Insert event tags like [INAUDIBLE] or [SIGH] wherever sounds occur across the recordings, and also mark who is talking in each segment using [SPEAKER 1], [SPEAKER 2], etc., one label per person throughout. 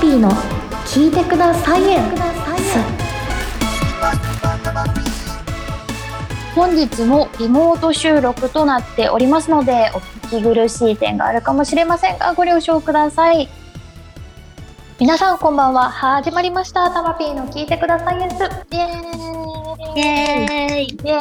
[SPEAKER 1] ピーの聞いてくださいエンス
[SPEAKER 2] 本日もリモート収録となっておりますのでお聞き苦しい点があるかもしれませんがご了承ください皆さんこんばんは始まりましたたまぴーの聞いてくださいですイエーイ
[SPEAKER 3] イエーイ
[SPEAKER 2] イエ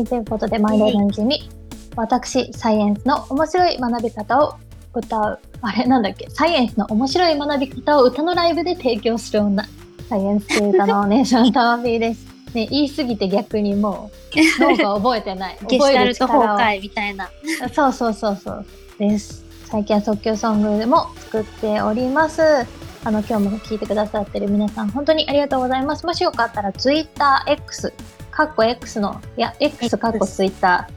[SPEAKER 2] ーイということで毎度おなじみ私サイエンスの面白い学び方を歌うあれなんだっけサイエンスの面白い学び方を歌のライブで提供する女サイエンス歌のお姉さんたまぴーですね言い過ぎて逆にも
[SPEAKER 3] [LAUGHS]
[SPEAKER 2] う脳が覚えてない
[SPEAKER 3] ゲシュ
[SPEAKER 2] 覚
[SPEAKER 3] タ
[SPEAKER 2] える
[SPEAKER 3] ルト崩
[SPEAKER 2] 力を
[SPEAKER 3] 壊みたいな。
[SPEAKER 2] [LAUGHS] そうそうそうそうです。最近は即興ソングも作っております。あの今日も聞いてくださってる皆さん本当にありがとうございます。もしよかったら Twitter X かっこ X のいや X かっこ Twitter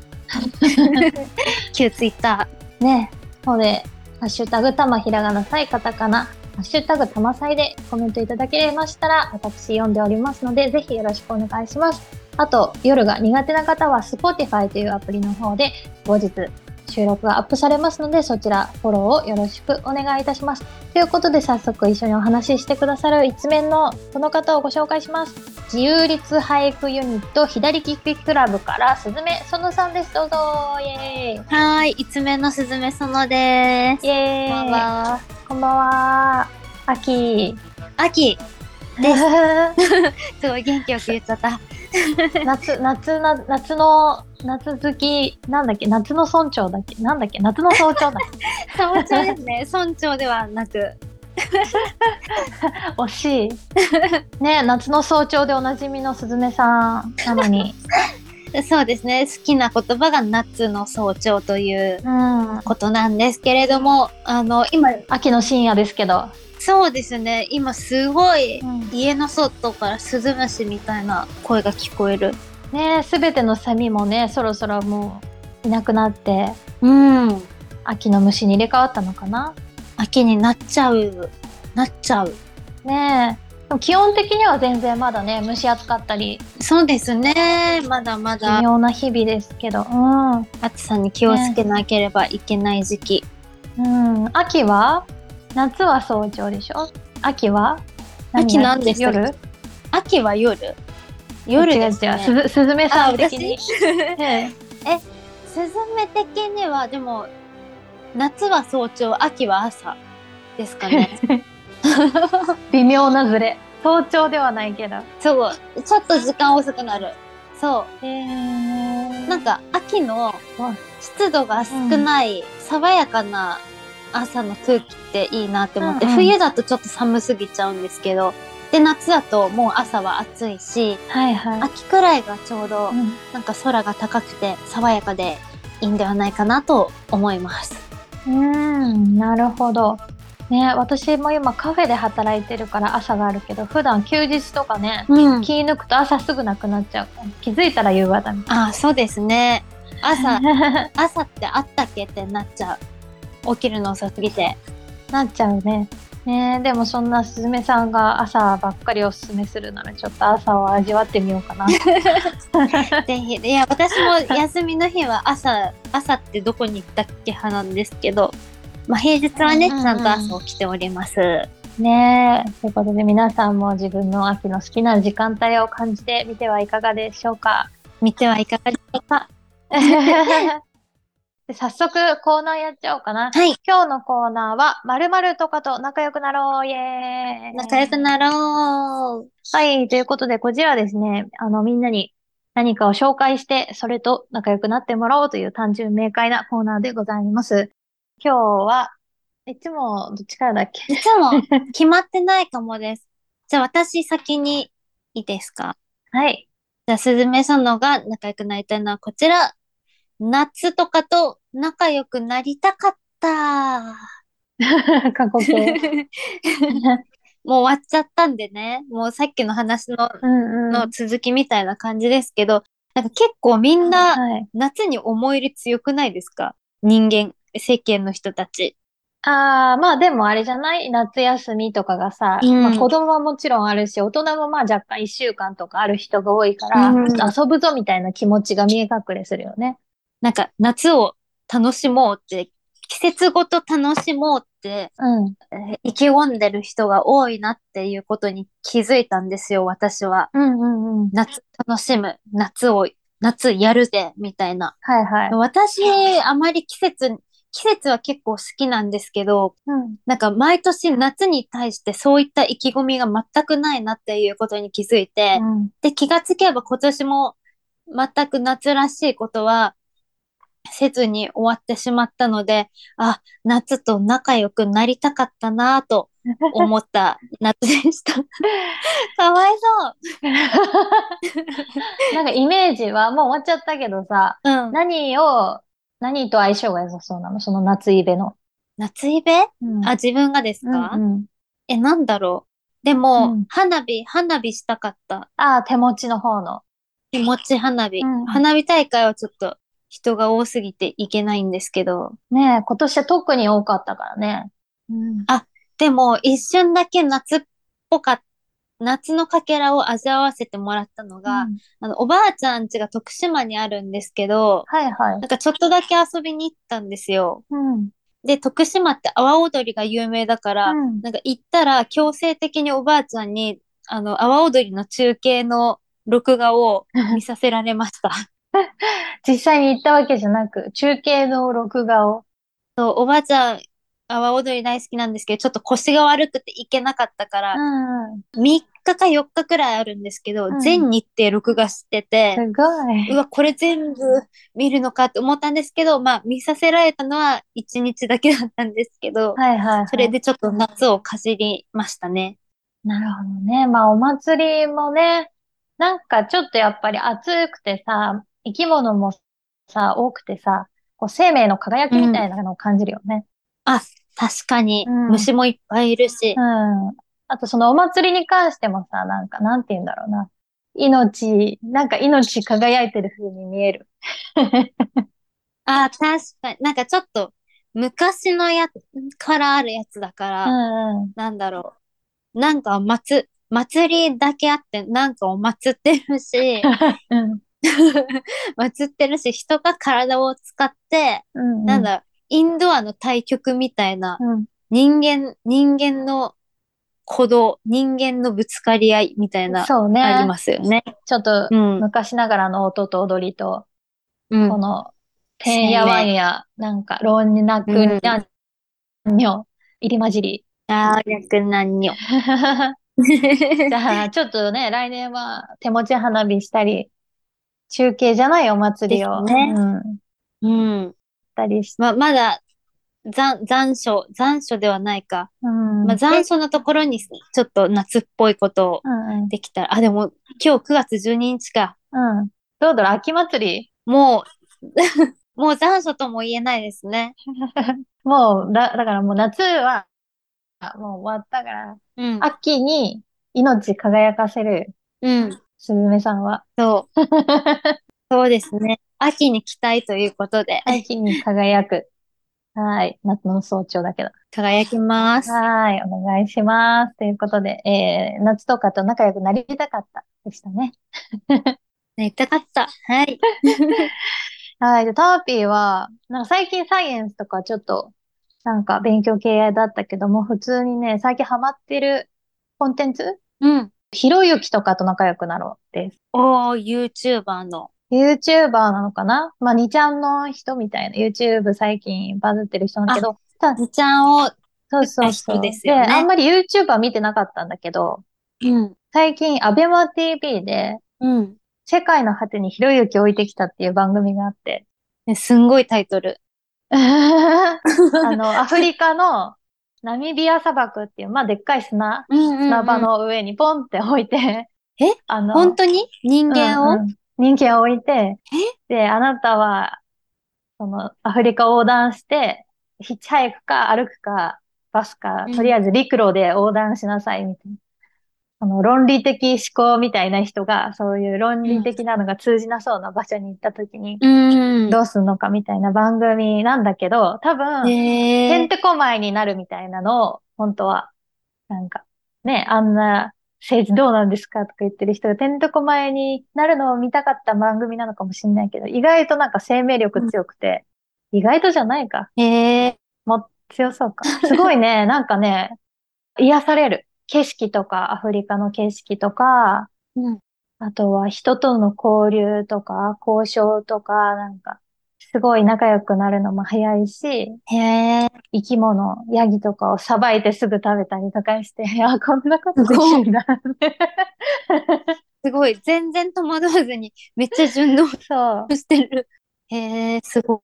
[SPEAKER 3] 旧ツイッタ
[SPEAKER 2] ねのでハッシュタグたまひらがなさいカタカナハッシュタグたまさいでコメントいただけましたら私読んでおりますのでぜひよろしくお願いします。あと夜が苦手な方は Spotify というアプリの方で後日収録がアップされますのでそちらフォローをよろしくお願いいたします。ということで早速一緒にお話ししてくださる一面のこの方をご紹介します。自由律俳句ユニット左利きクラブからすずめそのさんです。どうぞイエー
[SPEAKER 3] ー。
[SPEAKER 2] イ
[SPEAKER 3] はーい、いつめのすずめそので
[SPEAKER 2] イ
[SPEAKER 3] す。
[SPEAKER 2] エーイ
[SPEAKER 3] こんばんは。
[SPEAKER 2] こんばんは。 [LAUGHS] 秋
[SPEAKER 3] 秋、
[SPEAKER 2] です
[SPEAKER 3] すごい元気よく言っちゃった。
[SPEAKER 2] 夏夏な夏の夏好きなんだっけ夏の村長だっけなんだっけ夏の早朝だっ [LAUGHS]
[SPEAKER 3] 村長ですね。村長ではなく。
[SPEAKER 2] け惜しい。ね夏の早朝でおなじみのすずめさんなの [LAUGHS] に。
[SPEAKER 3] そうですね。好きな言葉が夏の早朝という
[SPEAKER 2] うん。
[SPEAKER 3] ことなんですけれども、あの、今、
[SPEAKER 2] 秋の深夜ですけど。
[SPEAKER 3] そうですね。今すごい、
[SPEAKER 2] うん
[SPEAKER 3] 家の外からスズムシみたいな声が聞こえる。
[SPEAKER 2] ねすべてのセミもねそろそろもういなくなって
[SPEAKER 3] うん。
[SPEAKER 2] 秋の虫に入れ替わったのかな。
[SPEAKER 3] 秋になっちゃう。なっちゃう。
[SPEAKER 2] ねでも基本的には全然まだね蒸し暑かったり
[SPEAKER 3] そうですね。まだま
[SPEAKER 2] 微
[SPEAKER 3] だ
[SPEAKER 2] 妙な日々ですけど、うん、
[SPEAKER 3] 暑さに気をつけなければいけない時期。
[SPEAKER 2] うん、秋は夏は早朝でしょ秋は何
[SPEAKER 3] 秋なんでしたっけ
[SPEAKER 2] 夜
[SPEAKER 3] 秋は夜。夜です
[SPEAKER 2] 違う
[SPEAKER 3] ね。
[SPEAKER 2] 違うすずすずめさ
[SPEAKER 3] あ
[SPEAKER 2] ん的に
[SPEAKER 3] 私
[SPEAKER 2] ね
[SPEAKER 3] スズメ的にはでも夏は早朝、秋は朝ですかね。
[SPEAKER 2] 微妙なズレ早朝ではないけど
[SPEAKER 3] そう、ちょっと時間遅くなる。そう、なんか秋の
[SPEAKER 2] うん
[SPEAKER 3] 湿度が少ない爽やかな朝の空気っていいなって思って、
[SPEAKER 2] うんうん
[SPEAKER 3] 冬だとちょっと寒すぎちゃうんですけど、で夏だともう朝は暑いし、
[SPEAKER 2] はいはい、
[SPEAKER 3] 秋くらいがちょうど
[SPEAKER 2] うん
[SPEAKER 3] なんか空が高くて爽やかでいいんではないかなと思います。
[SPEAKER 2] うんなるほどね私も今カフェで働いてるから朝があるけど普段休日とかね
[SPEAKER 3] うん。
[SPEAKER 2] 気抜くと朝すぐなくなっちゃう気づいたら夕方み
[SPEAKER 3] あ、そうですね。[LAUGHS]
[SPEAKER 2] た
[SPEAKER 3] 朝
[SPEAKER 2] い、な
[SPEAKER 3] 朝ってあったっけってなっちゃう。起きるの遅すぎ [LAUGHS] て。
[SPEAKER 2] なっちゃうね。ねえでもそんなすずめさんが朝ばっかりおすすめするならちょっと朝を味わってみよう
[SPEAKER 3] [LAUGHS]
[SPEAKER 2] かな。
[SPEAKER 3] ぜひ。いや、私も休みの日は朝、朝ってどこに行ったっけ派なんですけど、まあ平日はね、
[SPEAKER 2] うんうんうん
[SPEAKER 3] ちゃんと朝起きております。
[SPEAKER 2] ねえということで皆さんも自分の秋の好きな時間帯を感じてみてはいかがでしょ
[SPEAKER 3] [LAUGHS]
[SPEAKER 2] うか。
[SPEAKER 3] 見てはいかがでしょうか。
[SPEAKER 2] で早速コーナーやっちゃおうかな。
[SPEAKER 3] はい。
[SPEAKER 2] 今日のコーナーは、まるまるとかと仲良くなろうイエーイ
[SPEAKER 3] 仲良くなろう。
[SPEAKER 2] はい、ということで、こちらですね、あの、みんなに何かを紹介して、それと仲良くなってもらおうという単純明快なコーナーでございます。今日は、いつも、どっちからだっけ
[SPEAKER 3] いつ [LAUGHS] も決まってないかもです。じゃあ私先にいいですか
[SPEAKER 2] はい。 [LAUGHS]
[SPEAKER 3] じゃあ、すずめさのが仲良くなりたいのはこちら。夏とかと仲良くなりたかった。
[SPEAKER 2] 過
[SPEAKER 3] [LAUGHS]
[SPEAKER 2] 去形。
[SPEAKER 3] もう終わっちゃったんでね。もうさっきの話の
[SPEAKER 2] うんうん。
[SPEAKER 3] の続きみたいな感じですけど、なんか結構みんな
[SPEAKER 2] はい。
[SPEAKER 3] 夏に思い入れ強くないですか人間、世間の人たち。
[SPEAKER 2] ああ、まあでもあれじゃない夏休みとかがさ、
[SPEAKER 3] うん
[SPEAKER 2] まあ、子供はもちろんあるし、大人もまあ若干1週間とかある人が多いから、
[SPEAKER 3] うん
[SPEAKER 2] 遊ぶぞみたいな気持ちが見え隠れするよね。
[SPEAKER 3] なんか夏を楽しもうって、季節ごと楽しもうっって、
[SPEAKER 2] うん。
[SPEAKER 3] えー意気込んでる人が多いなっていうことに気づいたんですよ、私は。
[SPEAKER 2] うんうんうん。
[SPEAKER 3] 夏楽しむ、夏を、夏やるぜ、みたいな。
[SPEAKER 2] はいはい。
[SPEAKER 3] 私、あまり季節、季節は結構好きなんですけど、
[SPEAKER 2] うん。
[SPEAKER 3] なんか毎年夏に対してそういった意気込みが全くないなっていうことに気づいて、
[SPEAKER 2] うん。
[SPEAKER 3] で、気がつけば今年も全く夏らしいことはせずに終わってしまったので、あ、夏と仲良くなりたかったなぁと思った
[SPEAKER 2] [LAUGHS]
[SPEAKER 3] 夏でした。かわい
[SPEAKER 2] なんかイメージはもう終わっちゃったけどさ、
[SPEAKER 3] そう。うん。
[SPEAKER 2] 何を、何と相性が良さそうなのその夏イベの。
[SPEAKER 3] 夏イベ
[SPEAKER 2] うん
[SPEAKER 3] あ、自分がです
[SPEAKER 2] う
[SPEAKER 3] か、
[SPEAKER 2] んうん
[SPEAKER 3] え、なんだろう。でも、
[SPEAKER 2] うん
[SPEAKER 3] 花火、花火したかった。
[SPEAKER 2] あー、手持ちの方の。
[SPEAKER 3] 手持ち花火。
[SPEAKER 2] うん
[SPEAKER 3] 花火大会はちょっと人が多すぎていけないんですけど。
[SPEAKER 2] ねえ、今年は特に多かったからね。
[SPEAKER 3] でも、一瞬だけ夏っぽかっ夏のかけらを味わわせてもらったのが、
[SPEAKER 2] うん
[SPEAKER 3] あの、おばあちゃん家が徳島にあるんですけど、
[SPEAKER 2] はいは
[SPEAKER 3] な。
[SPEAKER 2] い
[SPEAKER 3] んかちょっとだけ遊びに行ったんですよ。
[SPEAKER 2] うん。
[SPEAKER 3] で、徳島って阿波踊りが有名だから、
[SPEAKER 2] うん
[SPEAKER 3] なんか行ったら強制的におばあちゃんに、あの、阿波踊りの中継の録画
[SPEAKER 2] [LAUGHS]
[SPEAKER 3] を見させられました。
[SPEAKER 2] 実際に行ったわけじゃなく、中継の録画を。
[SPEAKER 3] そう、おばあちゃん、阿波踊り大好きなんですけど、ちょっと腰が悪くて行けなかったから、
[SPEAKER 2] うんう
[SPEAKER 3] 3
[SPEAKER 2] ん。
[SPEAKER 3] 日か4日くらいあるんですけど、
[SPEAKER 2] うん
[SPEAKER 3] 全日程録画してて、
[SPEAKER 2] すご
[SPEAKER 3] う
[SPEAKER 2] い。
[SPEAKER 3] わ、これ全部見るのかって思ったんですけど、まあ、見させられたのは1日だけだったんですけど、
[SPEAKER 2] はいはい、はい。
[SPEAKER 3] それでちょっと夏をかじりましたね。
[SPEAKER 2] なるほどね。まあお祭りもね、なんかちょっとやっぱり暑くてさ、生き物もさ、多くてさ、こう生命の輝きみたいなのを感じるよね。
[SPEAKER 3] あ、確かに、
[SPEAKER 2] うん
[SPEAKER 3] 虫もいっぱいいるし
[SPEAKER 2] う、ん。あとそのお祭りに関してもさ、なんかなんて言うんだろうな。命、なんか命輝いてる風に見える。
[SPEAKER 3] あ、確かに、なんかちょっと、昔のや、からあるやつだから、
[SPEAKER 2] うんうん。
[SPEAKER 3] なんだろう。なんか、祭、祭りだけあって、なんかを祭ってる
[SPEAKER 2] [LAUGHS]
[SPEAKER 3] し、
[SPEAKER 2] うん。
[SPEAKER 3] [LAUGHS] 祭ってるし、人が体を使って、
[SPEAKER 2] うんうん。
[SPEAKER 3] なんだろう、インドアの対局みたいな、
[SPEAKER 2] うん。
[SPEAKER 3] 人間、人間の鼓動、人間のぶつかり合いみたいな、
[SPEAKER 2] そうね。
[SPEAKER 3] ありますよね。
[SPEAKER 2] ちょっと
[SPEAKER 3] うん。
[SPEAKER 2] 昔ながらの音と踊りと、
[SPEAKER 3] うん
[SPEAKER 2] この、てんやわんや、なんか、ろんになく
[SPEAKER 3] うん
[SPEAKER 2] にゃんにょ、入り混じり。
[SPEAKER 3] あー、逆なんよ。
[SPEAKER 2] [LAUGHS] じゃ [LAUGHS] あ、ちょっとね、来年は手持ち花火したり、中継じゃないお祭りを、
[SPEAKER 3] ですね
[SPEAKER 2] うん、やっ
[SPEAKER 3] うん。
[SPEAKER 2] たりして。
[SPEAKER 3] ま、まだ、残、残暑、残暑ではないか。
[SPEAKER 2] うん。
[SPEAKER 3] まあ、残暑のところに、ちょっと夏っぽいことを
[SPEAKER 2] うんうん
[SPEAKER 3] できたら。あ、でも、今日9月12日か。
[SPEAKER 2] うん。どうだろう、秋祭り
[SPEAKER 3] もう、 [LAUGHS] もう残暑とも言えないですね。
[SPEAKER 2] もう、だ、だからもう夏は、あもう終わったから、
[SPEAKER 3] うん。
[SPEAKER 2] 秋に命輝かせる、
[SPEAKER 3] うん。
[SPEAKER 2] すずめさんは。
[SPEAKER 3] そう。そうですね。秋に期待ということで、
[SPEAKER 2] [LAUGHS] 秋に輝く。はい。夏の早朝だけど。
[SPEAKER 3] 輝きます。
[SPEAKER 2] はい。お願いします。ということで、えー、夏とかと仲良くなりたかったでしたね。
[SPEAKER 3] なりたかった。はい。
[SPEAKER 2] はい。で、ターピーは、なんか最近サイエンスとかちょっと、なんか勉強系だったけども、普通にね、最近ハマってるコンテンツ
[SPEAKER 3] うん。
[SPEAKER 2] ひろゆきとかと仲良くなろうです。
[SPEAKER 3] おー、YouTuber の。
[SPEAKER 2] YouTuber なのかなまあ、2ちゃんの人みたいな、YouTube 最近バズってる人なんだけど、た
[SPEAKER 3] ずちゃんを、
[SPEAKER 2] そうそ
[SPEAKER 3] 作っ
[SPEAKER 2] う
[SPEAKER 3] た
[SPEAKER 2] そう。
[SPEAKER 3] 人ですよね
[SPEAKER 2] で、あんまり YouTuber 見てなかったんだけど、
[SPEAKER 3] うん。
[SPEAKER 2] 最近、アベマ TV で、
[SPEAKER 3] うん。
[SPEAKER 2] 世界の果てにひろゆきを置いてきたっていう番組が
[SPEAKER 3] [LAUGHS]
[SPEAKER 2] あって、
[SPEAKER 3] ねすんごいタイトル。 [LAUGHS]
[SPEAKER 2] あの、アフリカのナミビア砂漠っていう、まあ、でっかい砂、
[SPEAKER 3] うんうんうん
[SPEAKER 2] 砂場の上にポンって置いて、
[SPEAKER 3] え
[SPEAKER 2] あの、
[SPEAKER 3] 本当に人間を、
[SPEAKER 2] うんうん人間を置いて、で、あなたは、その、アフリカを横断して、ヒッチハイクか歩くか、バスか
[SPEAKER 3] うん、
[SPEAKER 2] とりあえず陸路で横断しなさい、みたいな。その、論理的思考みたいな人が、そういう論理的なのが通じなそうな場所に行った時に、
[SPEAKER 3] うん
[SPEAKER 2] どうすんのかみたいな番組なんだけど、多分、て
[SPEAKER 3] へ
[SPEAKER 2] ん
[SPEAKER 3] ー
[SPEAKER 2] てこまいになるみたいなのを、本当は、なんか、ね、あんな政治どうなんですかとか言ってる人がてんてこまいになるのを見たかった番組なのかもしれないけど、意外となんか生命力強くて、意外とじゃないか。
[SPEAKER 3] へー
[SPEAKER 2] もっ強そう
[SPEAKER 3] [LAUGHS]
[SPEAKER 2] か。すごいね、なんかね、癒される。景色とか、アフリカの景色とか、
[SPEAKER 3] うん
[SPEAKER 2] あとは人との交流とか、交渉とか、なんか、すごい仲良くなるのも早いし、
[SPEAKER 3] へえ。
[SPEAKER 2] 生き物、ヤギとかをさばいてすぐ食べたりとかして、 [LAUGHS] あ、こんなことできるんだって。
[SPEAKER 3] すごい。全然戸惑わずに、めっちゃ順応
[SPEAKER 2] そう。
[SPEAKER 3] してる。へえ、すご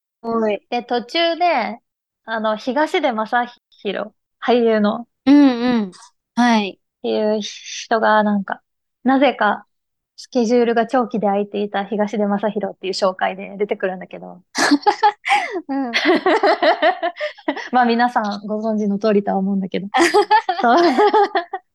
[SPEAKER 3] い。
[SPEAKER 2] で、途中で、あの、東出昌大、俳優の、
[SPEAKER 3] うんうん。はい。
[SPEAKER 2] っていう人が、なんか、なぜか、スケジュールが長期で空いていた東出昌大っていう紹介で出てくるんだけど。
[SPEAKER 3] うん。
[SPEAKER 2] [LAUGHS] まあ皆さんご存知の通りとは思うん
[SPEAKER 3] [LAUGHS]
[SPEAKER 2] だけど。そう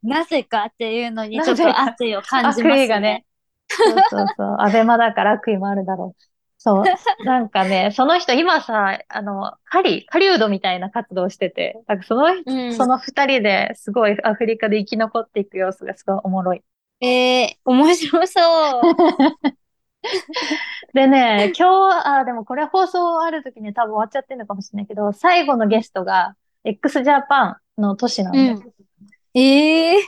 [SPEAKER 3] なぜかっていうのに、ちょ
[SPEAKER 2] な
[SPEAKER 3] っ
[SPEAKER 2] ぜ
[SPEAKER 3] と
[SPEAKER 2] か
[SPEAKER 3] 圧を感じます
[SPEAKER 2] 悪意がね。。そうそうそう。アベマだから悪意もあるだろう。そう。なんかね、その人今さ、あの、狩り、狩人みたいな活動してて、なんかその人、
[SPEAKER 3] うん
[SPEAKER 2] その二人ですごいアフリカで生き残っていく様子がすごいおもろい。
[SPEAKER 3] ええ面白そう。
[SPEAKER 2] でね、今日、あ、でもこれ放送ある時に多分終わっちゃってるのかもしれないけど、最後のゲストが x ジャパンの都市なんだよ。
[SPEAKER 3] [LAUGHS] ええ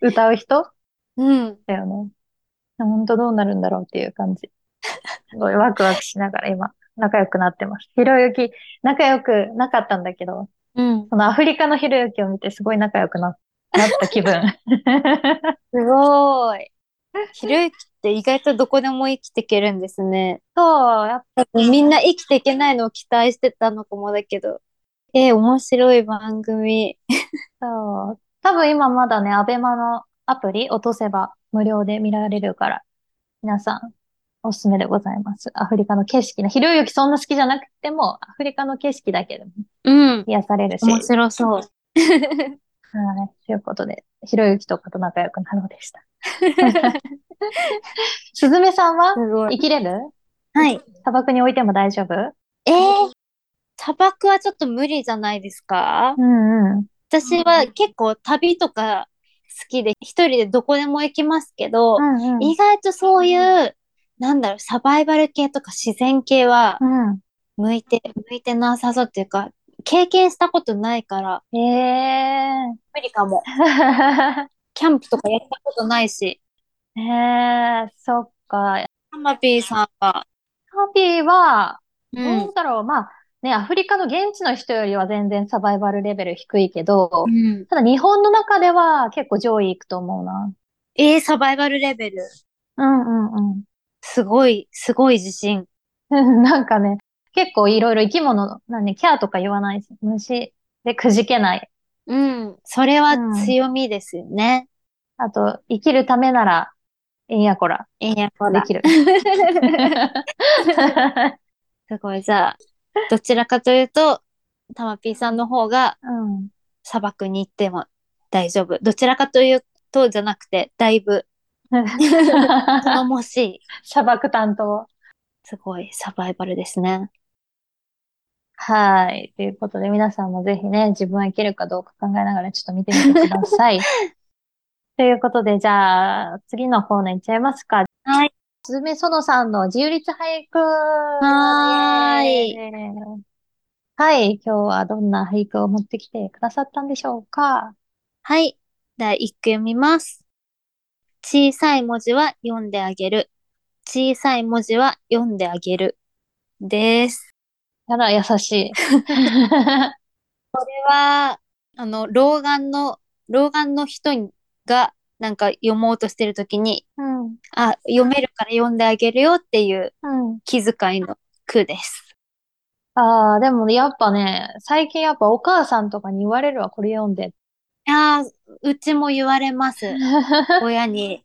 [SPEAKER 2] 歌う人
[SPEAKER 3] うん。
[SPEAKER 2] だよね。本当どうなるんだろうっていう感じ。すごいワクワクしながら今、仲良くなってます。ひろゆき、仲良くなかったんだけど、
[SPEAKER 3] うん。
[SPEAKER 2] そのアフリカのひろゆきを見てすごい仲良くな、なった
[SPEAKER 3] [LAUGHS]
[SPEAKER 2] 気分。
[SPEAKER 3] すごい。ひろゆきって意外とどこでも生きていけるんですね。
[SPEAKER 2] そう、やっ
[SPEAKER 3] 多分みんな生きていけないのを期待してたのかもだけど。ええ面白い番組。
[SPEAKER 2] ぱそう。多分今まだね、アベマのアプリ落とせば無料で見られるから、皆さんおすすめでございます。アフリカの景色の、ひろゆきそんな好きじゃなくても、アフリカの景色だけでも
[SPEAKER 3] うん。
[SPEAKER 2] 癒されるし、
[SPEAKER 3] 面白そう。
[SPEAKER 2] はい。ということで、ひろゆきとかと仲良くなろうで [LAUGHS] した。すずめさん
[SPEAKER 3] [LAUGHS]
[SPEAKER 2] は
[SPEAKER 3] すご
[SPEAKER 2] 生
[SPEAKER 3] い。
[SPEAKER 2] きれる
[SPEAKER 3] はい。
[SPEAKER 2] 砂漠に置いても大丈夫
[SPEAKER 3] ええ砂漠はちょっと無理じゃないですか
[SPEAKER 2] うんうん。
[SPEAKER 3] 私は結構旅とか好きで、一人でどこでも行きますけど、
[SPEAKER 2] うんうん。
[SPEAKER 3] 意外とそういう、なんだろう、サバイバル系とか自然系は
[SPEAKER 2] う
[SPEAKER 3] 向いて、向いてなさそうっていうか、経験したことないから、
[SPEAKER 2] ん。え
[SPEAKER 3] 無理かも。
[SPEAKER 2] ー。 [LAUGHS]
[SPEAKER 3] キャンプとかやったことないし。
[SPEAKER 2] えー、そっか。
[SPEAKER 3] ハマピーさんは、
[SPEAKER 2] ハッピーは、
[SPEAKER 3] う
[SPEAKER 2] ど
[SPEAKER 3] ん。
[SPEAKER 2] うだろう。まあ、ね、アフリカの現地の人よりは全然サバイバルレベル低いけど、
[SPEAKER 3] うん、
[SPEAKER 2] ただ日本の中では結構上位いくと思うな。
[SPEAKER 3] えー、サバイバルレベル。
[SPEAKER 2] うんうんうん。
[SPEAKER 3] すごい、すごい自信。
[SPEAKER 2] うん [LAUGHS] なんかね、結構いろいろ生き物の、なんで、キャーとか言わないし、虫でくじけない。
[SPEAKER 3] うん。それは強みですよね。
[SPEAKER 2] あと、生きるためなら、えんやこら、
[SPEAKER 3] ええやこ
[SPEAKER 2] で
[SPEAKER 3] ら。
[SPEAKER 2] きる。 [LAUGHS]
[SPEAKER 3] すごい。じゃあ、どちらかというと、タマピーさんの方が
[SPEAKER 2] うん。 [LAUGHS]
[SPEAKER 3] 砂漠に行っても大丈夫。どちらかというとじゃなくて、だいぶ頼もしい。
[SPEAKER 2] 砂漠担当。
[SPEAKER 3] すごいサバイバルですね。
[SPEAKER 2] はい。ということで、皆さんもぜひね、自分はいけるかどうか考えながらちょっと見てみてください。
[SPEAKER 3] [LAUGHS]
[SPEAKER 2] ということで、じゃあ、次のコーナーいっちゃいますか。
[SPEAKER 3] はい。
[SPEAKER 2] すずめそのさんの自由律俳句。
[SPEAKER 3] はーい
[SPEAKER 2] イエーイ。はい。今日はどんな俳句を持ってきてくださったんでしょうか。
[SPEAKER 3] はい。第一句読みます。小さい文字は読んであげる。小さい文字は読んであげる。です。
[SPEAKER 2] あら、優し
[SPEAKER 3] [LAUGHS]
[SPEAKER 2] い。
[SPEAKER 3] これは、あの、老眼の、老眼の人がなんか読もうとしてるときに、
[SPEAKER 2] うん。うん。
[SPEAKER 3] あ、読めるから読んであげるよっていう気遣いの句です。
[SPEAKER 2] ああ、でもやっぱね、最近やっぱお母さんとかに言われるわ、これ読んで。
[SPEAKER 3] ああ、うちも言われ [LAUGHS] ます。親に。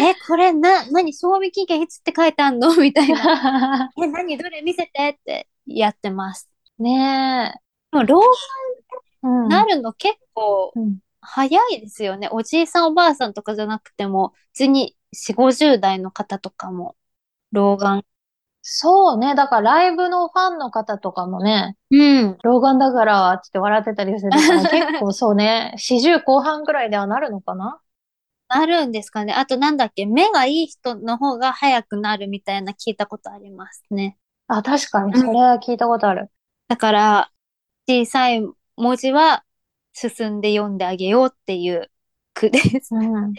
[SPEAKER 3] え、これな、何、賞味期限いつって書いてあんの [LAUGHS] みたいな。え、何、どれ見せてってやってます。
[SPEAKER 2] ねえ。
[SPEAKER 3] でも、老
[SPEAKER 2] うん
[SPEAKER 3] 眼なるの結構
[SPEAKER 2] うん
[SPEAKER 3] 早いですよね。おじいさんおばあさんとかじゃなくても、普通に4、50代の方とかも、老眼。
[SPEAKER 2] そうね。だからライブのファンの方とかもね、
[SPEAKER 3] うん。
[SPEAKER 2] 老眼だから、つって笑ってたりす
[SPEAKER 3] [LAUGHS]
[SPEAKER 2] るから、結構そうね、40後半ぐらいではなるのかな
[SPEAKER 3] なるんですかね。あと、なんだっけ、目がいい人の方が早くなるみたいな聞いたことありますね。
[SPEAKER 2] あ、確かに、それは聞いたことある。
[SPEAKER 3] だから、小さい文字は進んで読んであげようっていう句です。 [LAUGHS]
[SPEAKER 2] うん。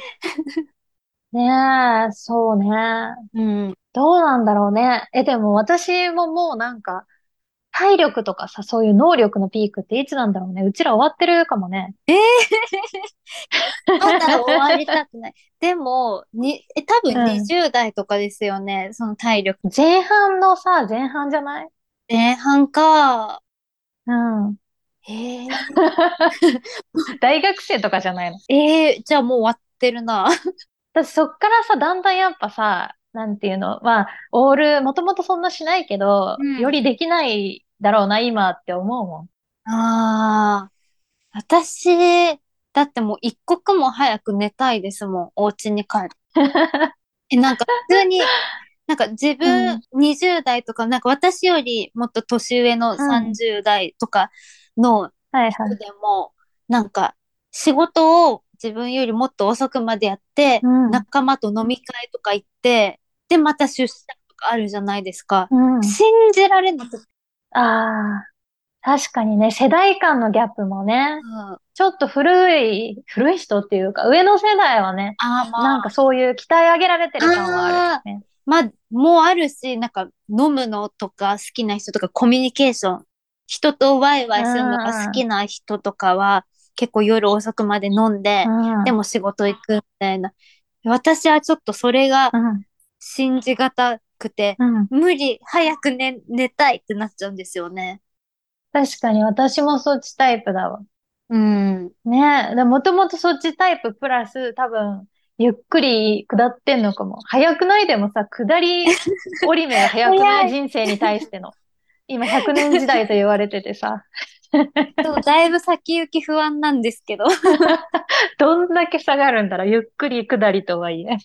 [SPEAKER 2] ねえ、そうね。
[SPEAKER 3] うん。
[SPEAKER 2] どうなんだろうね。え、でも私ももうなんか、体力とかさ、そういう能力のピークっていつなんだろうね。うちら終わってるかもね。
[SPEAKER 3] まだ終わりたくない。 [LAUGHS] でも、に、え、多分
[SPEAKER 2] うん
[SPEAKER 3] 20代とかですよね、その体力。
[SPEAKER 2] 前半のさ、前半じゃない
[SPEAKER 3] 前半か。
[SPEAKER 2] うん。
[SPEAKER 3] えー、
[SPEAKER 2] [LAUGHS] 大学生とかじゃないの。
[SPEAKER 3] えーじゃあもう終わってるな。
[SPEAKER 2] だってそっからさ、だんだんやっぱさ、なんていうの、まあ、オール、もともとそんなしないけど、
[SPEAKER 3] うん
[SPEAKER 2] よりできないだろうな、今って思う [LAUGHS] も
[SPEAKER 3] ああ、私、だってもう一刻も早く寝たいですもん、お家に帰る。え、なんか普通に、なんか自分20代とか、なんか私よりもっと年上の30代とかの
[SPEAKER 2] ん。はい
[SPEAKER 3] 人
[SPEAKER 2] はい。
[SPEAKER 3] でも、なんか仕事を自分よりもっと遅くまでやって、
[SPEAKER 2] うん。
[SPEAKER 3] 仲間と飲み会とか行って、で、また出社とかあるじゃないですか。
[SPEAKER 2] うん。
[SPEAKER 3] 信じられなくて、
[SPEAKER 2] ああ、確かにね、世代間のギャップもね、
[SPEAKER 3] あ
[SPEAKER 2] ちょっと古い、古い人っていうか、上の世代はね、
[SPEAKER 3] あ、まあ
[SPEAKER 2] なんかそういう鍛え上げられてる感はあるよね。
[SPEAKER 3] まあ、もうあるし、なんか飲むのとか好きな人とかコミュニケーション、人とワイワイするのが好きな人とかは結構夜遅くまで飲んで、
[SPEAKER 2] うん。
[SPEAKER 3] でも仕事行くみたいな。私はちょっとそれが
[SPEAKER 2] うん、
[SPEAKER 3] 信じがたくて、
[SPEAKER 2] うん。
[SPEAKER 3] 無理、早く寝、寝たいってなっちゃうんですよね。
[SPEAKER 2] 確かに私もそっちタイプだわ。
[SPEAKER 3] うん。
[SPEAKER 2] ねえ、でもともとそっちタイププラス多分、ゆっくり下ってんのかも。早くないでもさ、下り折り目が早くない人生に対しての。今100年時代と言われててさ、
[SPEAKER 3] でもだいぶ先行き不安なんですけど、
[SPEAKER 2] どんだけ下がるんだろう。ゆっくり下りとはいえ。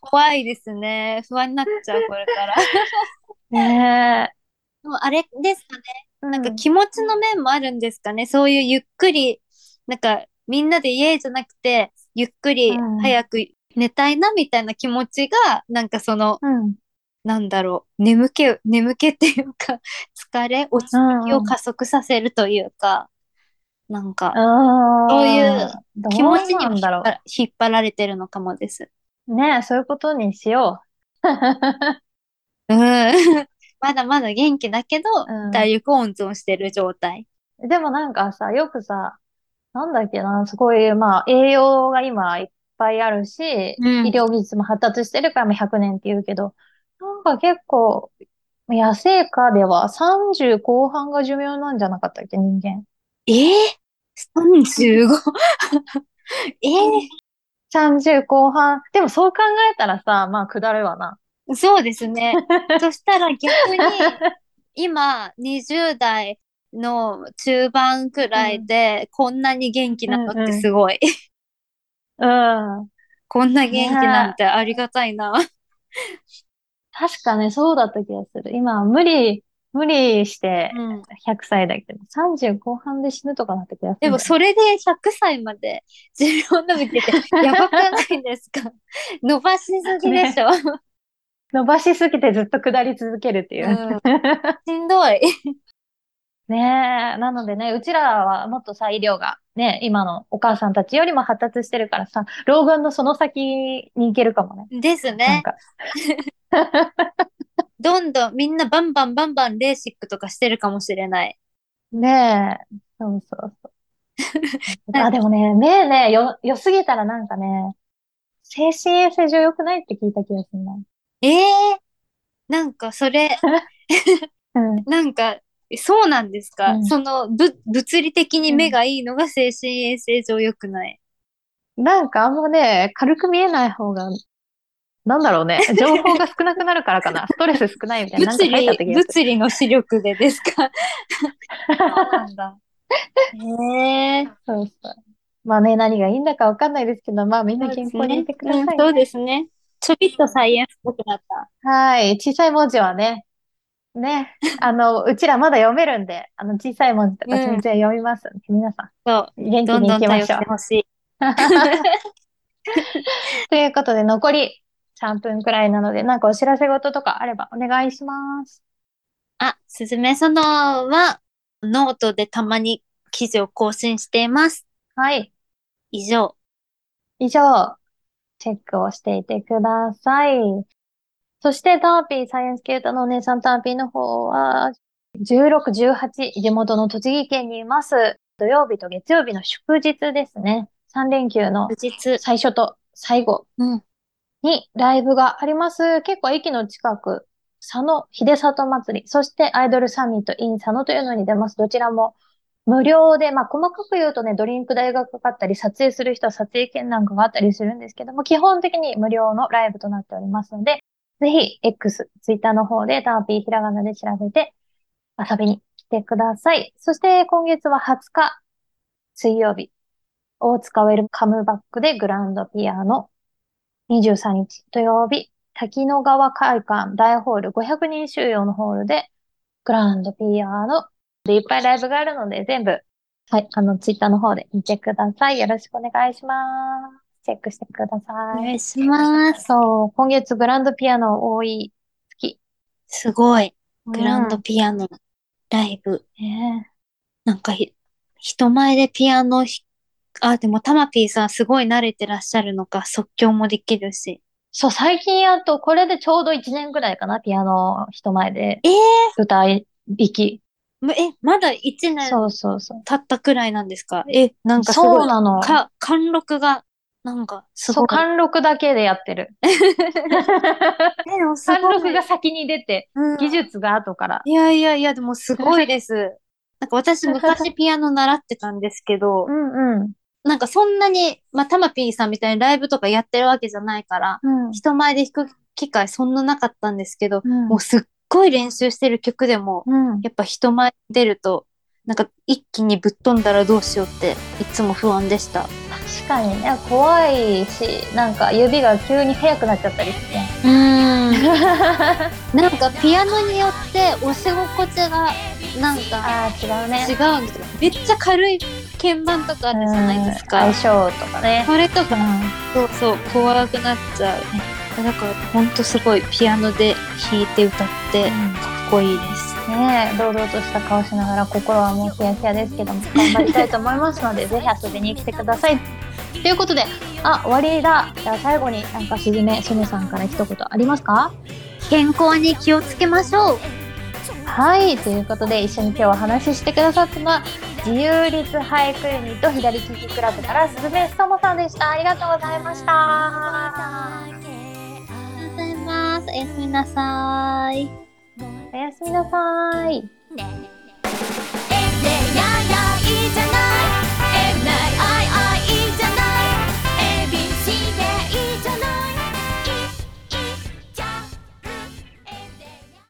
[SPEAKER 3] 怖いですね。不安になっちゃう、これから。
[SPEAKER 2] ね
[SPEAKER 3] でもあれですかね。
[SPEAKER 2] え。
[SPEAKER 3] なんか気持ちの面もあるんですかね。そういうゆっくり、なんかみんなでイエーイじゃなくて、ゆっくり
[SPEAKER 2] うん
[SPEAKER 3] 早く寝たいなみたいな気持ちが、なんかその、
[SPEAKER 2] うん。うん。
[SPEAKER 3] なんだろう、眠気、眠気っていうか、 [LAUGHS] 疲れ、落ち着きを加速させるというか、なんか
[SPEAKER 2] あ
[SPEAKER 3] そういう
[SPEAKER 2] あ、ど
[SPEAKER 3] 気持ちにも
[SPEAKER 2] なん
[SPEAKER 3] 引っ
[SPEAKER 2] だろ
[SPEAKER 3] 張引っ張られてるのかもです。
[SPEAKER 2] う。ねえ、そういうことにしよ
[SPEAKER 3] うん。 [LAUGHS] まだまだ元気だけど
[SPEAKER 2] うん、
[SPEAKER 3] 体力を温存してる状態。
[SPEAKER 2] う。でもなんかさ、よくさ、なんだっけな、すごい、まあ、栄養が今いっぱいあるし、
[SPEAKER 3] うん
[SPEAKER 2] 医療技術も発達してるからまあ100年って言うけど、なんか結構、野生下では30後半が寿命なんじゃなかったっけ、人間。
[SPEAKER 3] えー、35?
[SPEAKER 2] [LAUGHS]
[SPEAKER 3] [LAUGHS] えー
[SPEAKER 2] 30後半。でもそう考えたらさ、まあ、下るわな。
[SPEAKER 3] そうです [LAUGHS] ね。そしたら逆に、今、20代の中盤くらいで、こんなに元気なのってすごい。 [LAUGHS]
[SPEAKER 2] うん。
[SPEAKER 3] こんな元気なんてありがたいな。
[SPEAKER 2] 確かね、そうだった気がする。今、無理、無理して
[SPEAKER 3] うん
[SPEAKER 2] 100歳だけど、30後半で死ぬとかなって気がする。
[SPEAKER 3] でも、それで100歳まで寿命伸びてて、やばくないですか [LAUGHS] 伸ばしすぎでしょ、
[SPEAKER 2] [LAUGHS] 伸ばしすぎてずっと下り続けるっていう。
[SPEAKER 3] うんしんどい。
[SPEAKER 2] ねえ、なのでね、うちらはもっとさ、医療がね、今のお母さんたちよりも発達してるからさ、老眼のその先に行けるかもね。
[SPEAKER 3] です
[SPEAKER 2] なん
[SPEAKER 3] ね。
[SPEAKER 2] か、
[SPEAKER 3] どんどんみんなバンバンバンバンレーシックとかしてるかもしれない。
[SPEAKER 2] ねえ、そうそう [LAUGHS] そう。
[SPEAKER 3] なんか
[SPEAKER 2] あ、でもね、目ね、よ、良すぎたらなんかね、精神衛生上良くないって聞いた気がするな。
[SPEAKER 3] ええなんかそれ、
[SPEAKER 2] うん。
[SPEAKER 3] なんか、そうなんですか、
[SPEAKER 2] うん
[SPEAKER 3] その、ぶ、物理的に目がいいのが精神衛生上良くない。
[SPEAKER 2] なんかあんまね、軽く見えない方が、なんだろうね、情報が少なくなるからかな、ストレス少ないみた [LAUGHS] いな、なんか
[SPEAKER 3] 物
[SPEAKER 2] 書いてあった
[SPEAKER 3] 理、
[SPEAKER 2] 気がする。
[SPEAKER 3] 物理の視力でですかそうなんだ。へえ
[SPEAKER 2] そうそう。まあね、何がいいんだかわかんないですけど、まあみんな健康にしてくださいね。
[SPEAKER 3] そうですね。ちょびっとサイエンスっぽくなった。
[SPEAKER 2] はい。小さい文字はね、ね、あの、うちらまだ読めるんで、あの、小さい文字とか
[SPEAKER 3] うん
[SPEAKER 2] 気にせず読みますんで。皆さ
[SPEAKER 3] そ
[SPEAKER 2] ん、元
[SPEAKER 3] う。
[SPEAKER 2] 気
[SPEAKER 3] どん
[SPEAKER 2] に
[SPEAKER 3] ど
[SPEAKER 2] い
[SPEAKER 3] ん
[SPEAKER 2] き
[SPEAKER 3] 頼
[SPEAKER 2] ま
[SPEAKER 3] っ
[SPEAKER 2] してょう。
[SPEAKER 3] ほしい。
[SPEAKER 2] ということで、残り3分くらいなので、なんかお知らせ事とかあればお願いします。
[SPEAKER 3] あ、すずめそのは、ノートでたまに記事を更新しています。
[SPEAKER 2] はい。
[SPEAKER 3] 以上。
[SPEAKER 2] 以上、チェックをしていてください。そして、ターピー、サイエンスケータのお姉さんターピーの方は、16、18、地元の栃木県にいます。土曜日と月曜日の祝日ですね。3連休の
[SPEAKER 3] 翌日。
[SPEAKER 2] 最初と最後
[SPEAKER 3] うん。
[SPEAKER 2] にライブがあります。結構駅の近く、佐野秀里祭り、そしてアイドルサミット in 佐野というのに出ます。どちらも無料で、まあ細かく言うとね、ドリンク代がかかったり、撮影する人は撮影券なんかがあったりするんですけども、基本的に無料のライブとなっておりますので、ぜひ X、Twitter の方でターピーひらがなで調べて遊びに来てください。そして今月は20日、水曜日、大塚ウェルカムバックでグランドピアノ、23日土曜日、滝野川会館大ホール500人収容のホールで、グランドピアノでいっぱいライブがあるので、全部、はい、あの、ツイッターの方で見てください。よろしくお願いします。チェックしてくださ
[SPEAKER 3] お
[SPEAKER 2] い。
[SPEAKER 3] 願いします。
[SPEAKER 2] そう、今月グランドピアノ多い。
[SPEAKER 3] すごい。グラン
[SPEAKER 2] う
[SPEAKER 3] ド
[SPEAKER 2] ん
[SPEAKER 3] ピアノ、ライブ。
[SPEAKER 2] ねえ
[SPEAKER 3] なんかひ、人前でピアノひ、あ、でもタマピーさんすごい慣れてらっしゃるのか、即興もできるし。
[SPEAKER 2] そう、最近やっと、これでちょうど1年ぐらいかな、ピアノ人前で
[SPEAKER 3] えー
[SPEAKER 2] 歌い、弾き。
[SPEAKER 3] むえ、まだ一年
[SPEAKER 2] そうそうそう。
[SPEAKER 3] 経ったくらいなんですかえ、なんかす
[SPEAKER 2] そ
[SPEAKER 3] ご
[SPEAKER 2] う
[SPEAKER 3] い。
[SPEAKER 2] なの。
[SPEAKER 3] か、貫禄が、なんか、す
[SPEAKER 2] そ
[SPEAKER 3] ご
[SPEAKER 2] う、
[SPEAKER 3] い。
[SPEAKER 2] 貫禄だけでやって [LAUGHS] る。
[SPEAKER 3] え、でもすごい
[SPEAKER 2] 貫禄が、先に出て、
[SPEAKER 3] うん
[SPEAKER 2] 技術が後から。
[SPEAKER 3] いやいやいや、でもすごい [LAUGHS] です。なんか私昔ピアノ習ってたんですけど
[SPEAKER 2] う、んうん。
[SPEAKER 3] なんかそんなに、まあ、タマピーさんみたいにライブとかやってるわけじゃないから、
[SPEAKER 2] うん
[SPEAKER 3] 人前で弾く機会そんななかったんですけど、
[SPEAKER 2] うん
[SPEAKER 3] もうすっごい練習してる曲でも、
[SPEAKER 2] うん。
[SPEAKER 3] やっぱ人前に出ると、なんか一気にぶっ飛んだらどうしようって、いつも不安でした。
[SPEAKER 2] 確かにね、怖いし、なんか指が急に速くなっちゃったり [LAUGHS] して。
[SPEAKER 3] うーん。なんかピアノによって押し心地が、なんか
[SPEAKER 2] ああ、違うね。
[SPEAKER 3] 違うんですよ。めっちゃ軽い鍵盤とかあるじゃないです
[SPEAKER 2] う
[SPEAKER 3] か
[SPEAKER 2] ん。相性とかね。
[SPEAKER 3] それとか
[SPEAKER 2] う
[SPEAKER 3] そうそう、怖くなっちゃう。だから、ほんとすごい、ピアノで弾いて歌って、かっこいいです。
[SPEAKER 2] んねえ堂々とした顔しながら心はもうヒヤヒヤですけども頑張りたいと思います [LAUGHS] のでぜひ遊びに来てください。ということであ終わりだじゃあ最後になんかすずめしのさんから一言ありますか
[SPEAKER 3] 健康に気をつけましょう。
[SPEAKER 2] はい、ということで一緒に今日お話ししてくださったのは自由律俳句ユニット左利きクラブから鈴芽すともさんでした。ありがとうございました。
[SPEAKER 3] ありがとうございます。おやすみなさい。
[SPEAKER 2] おやすみなさい。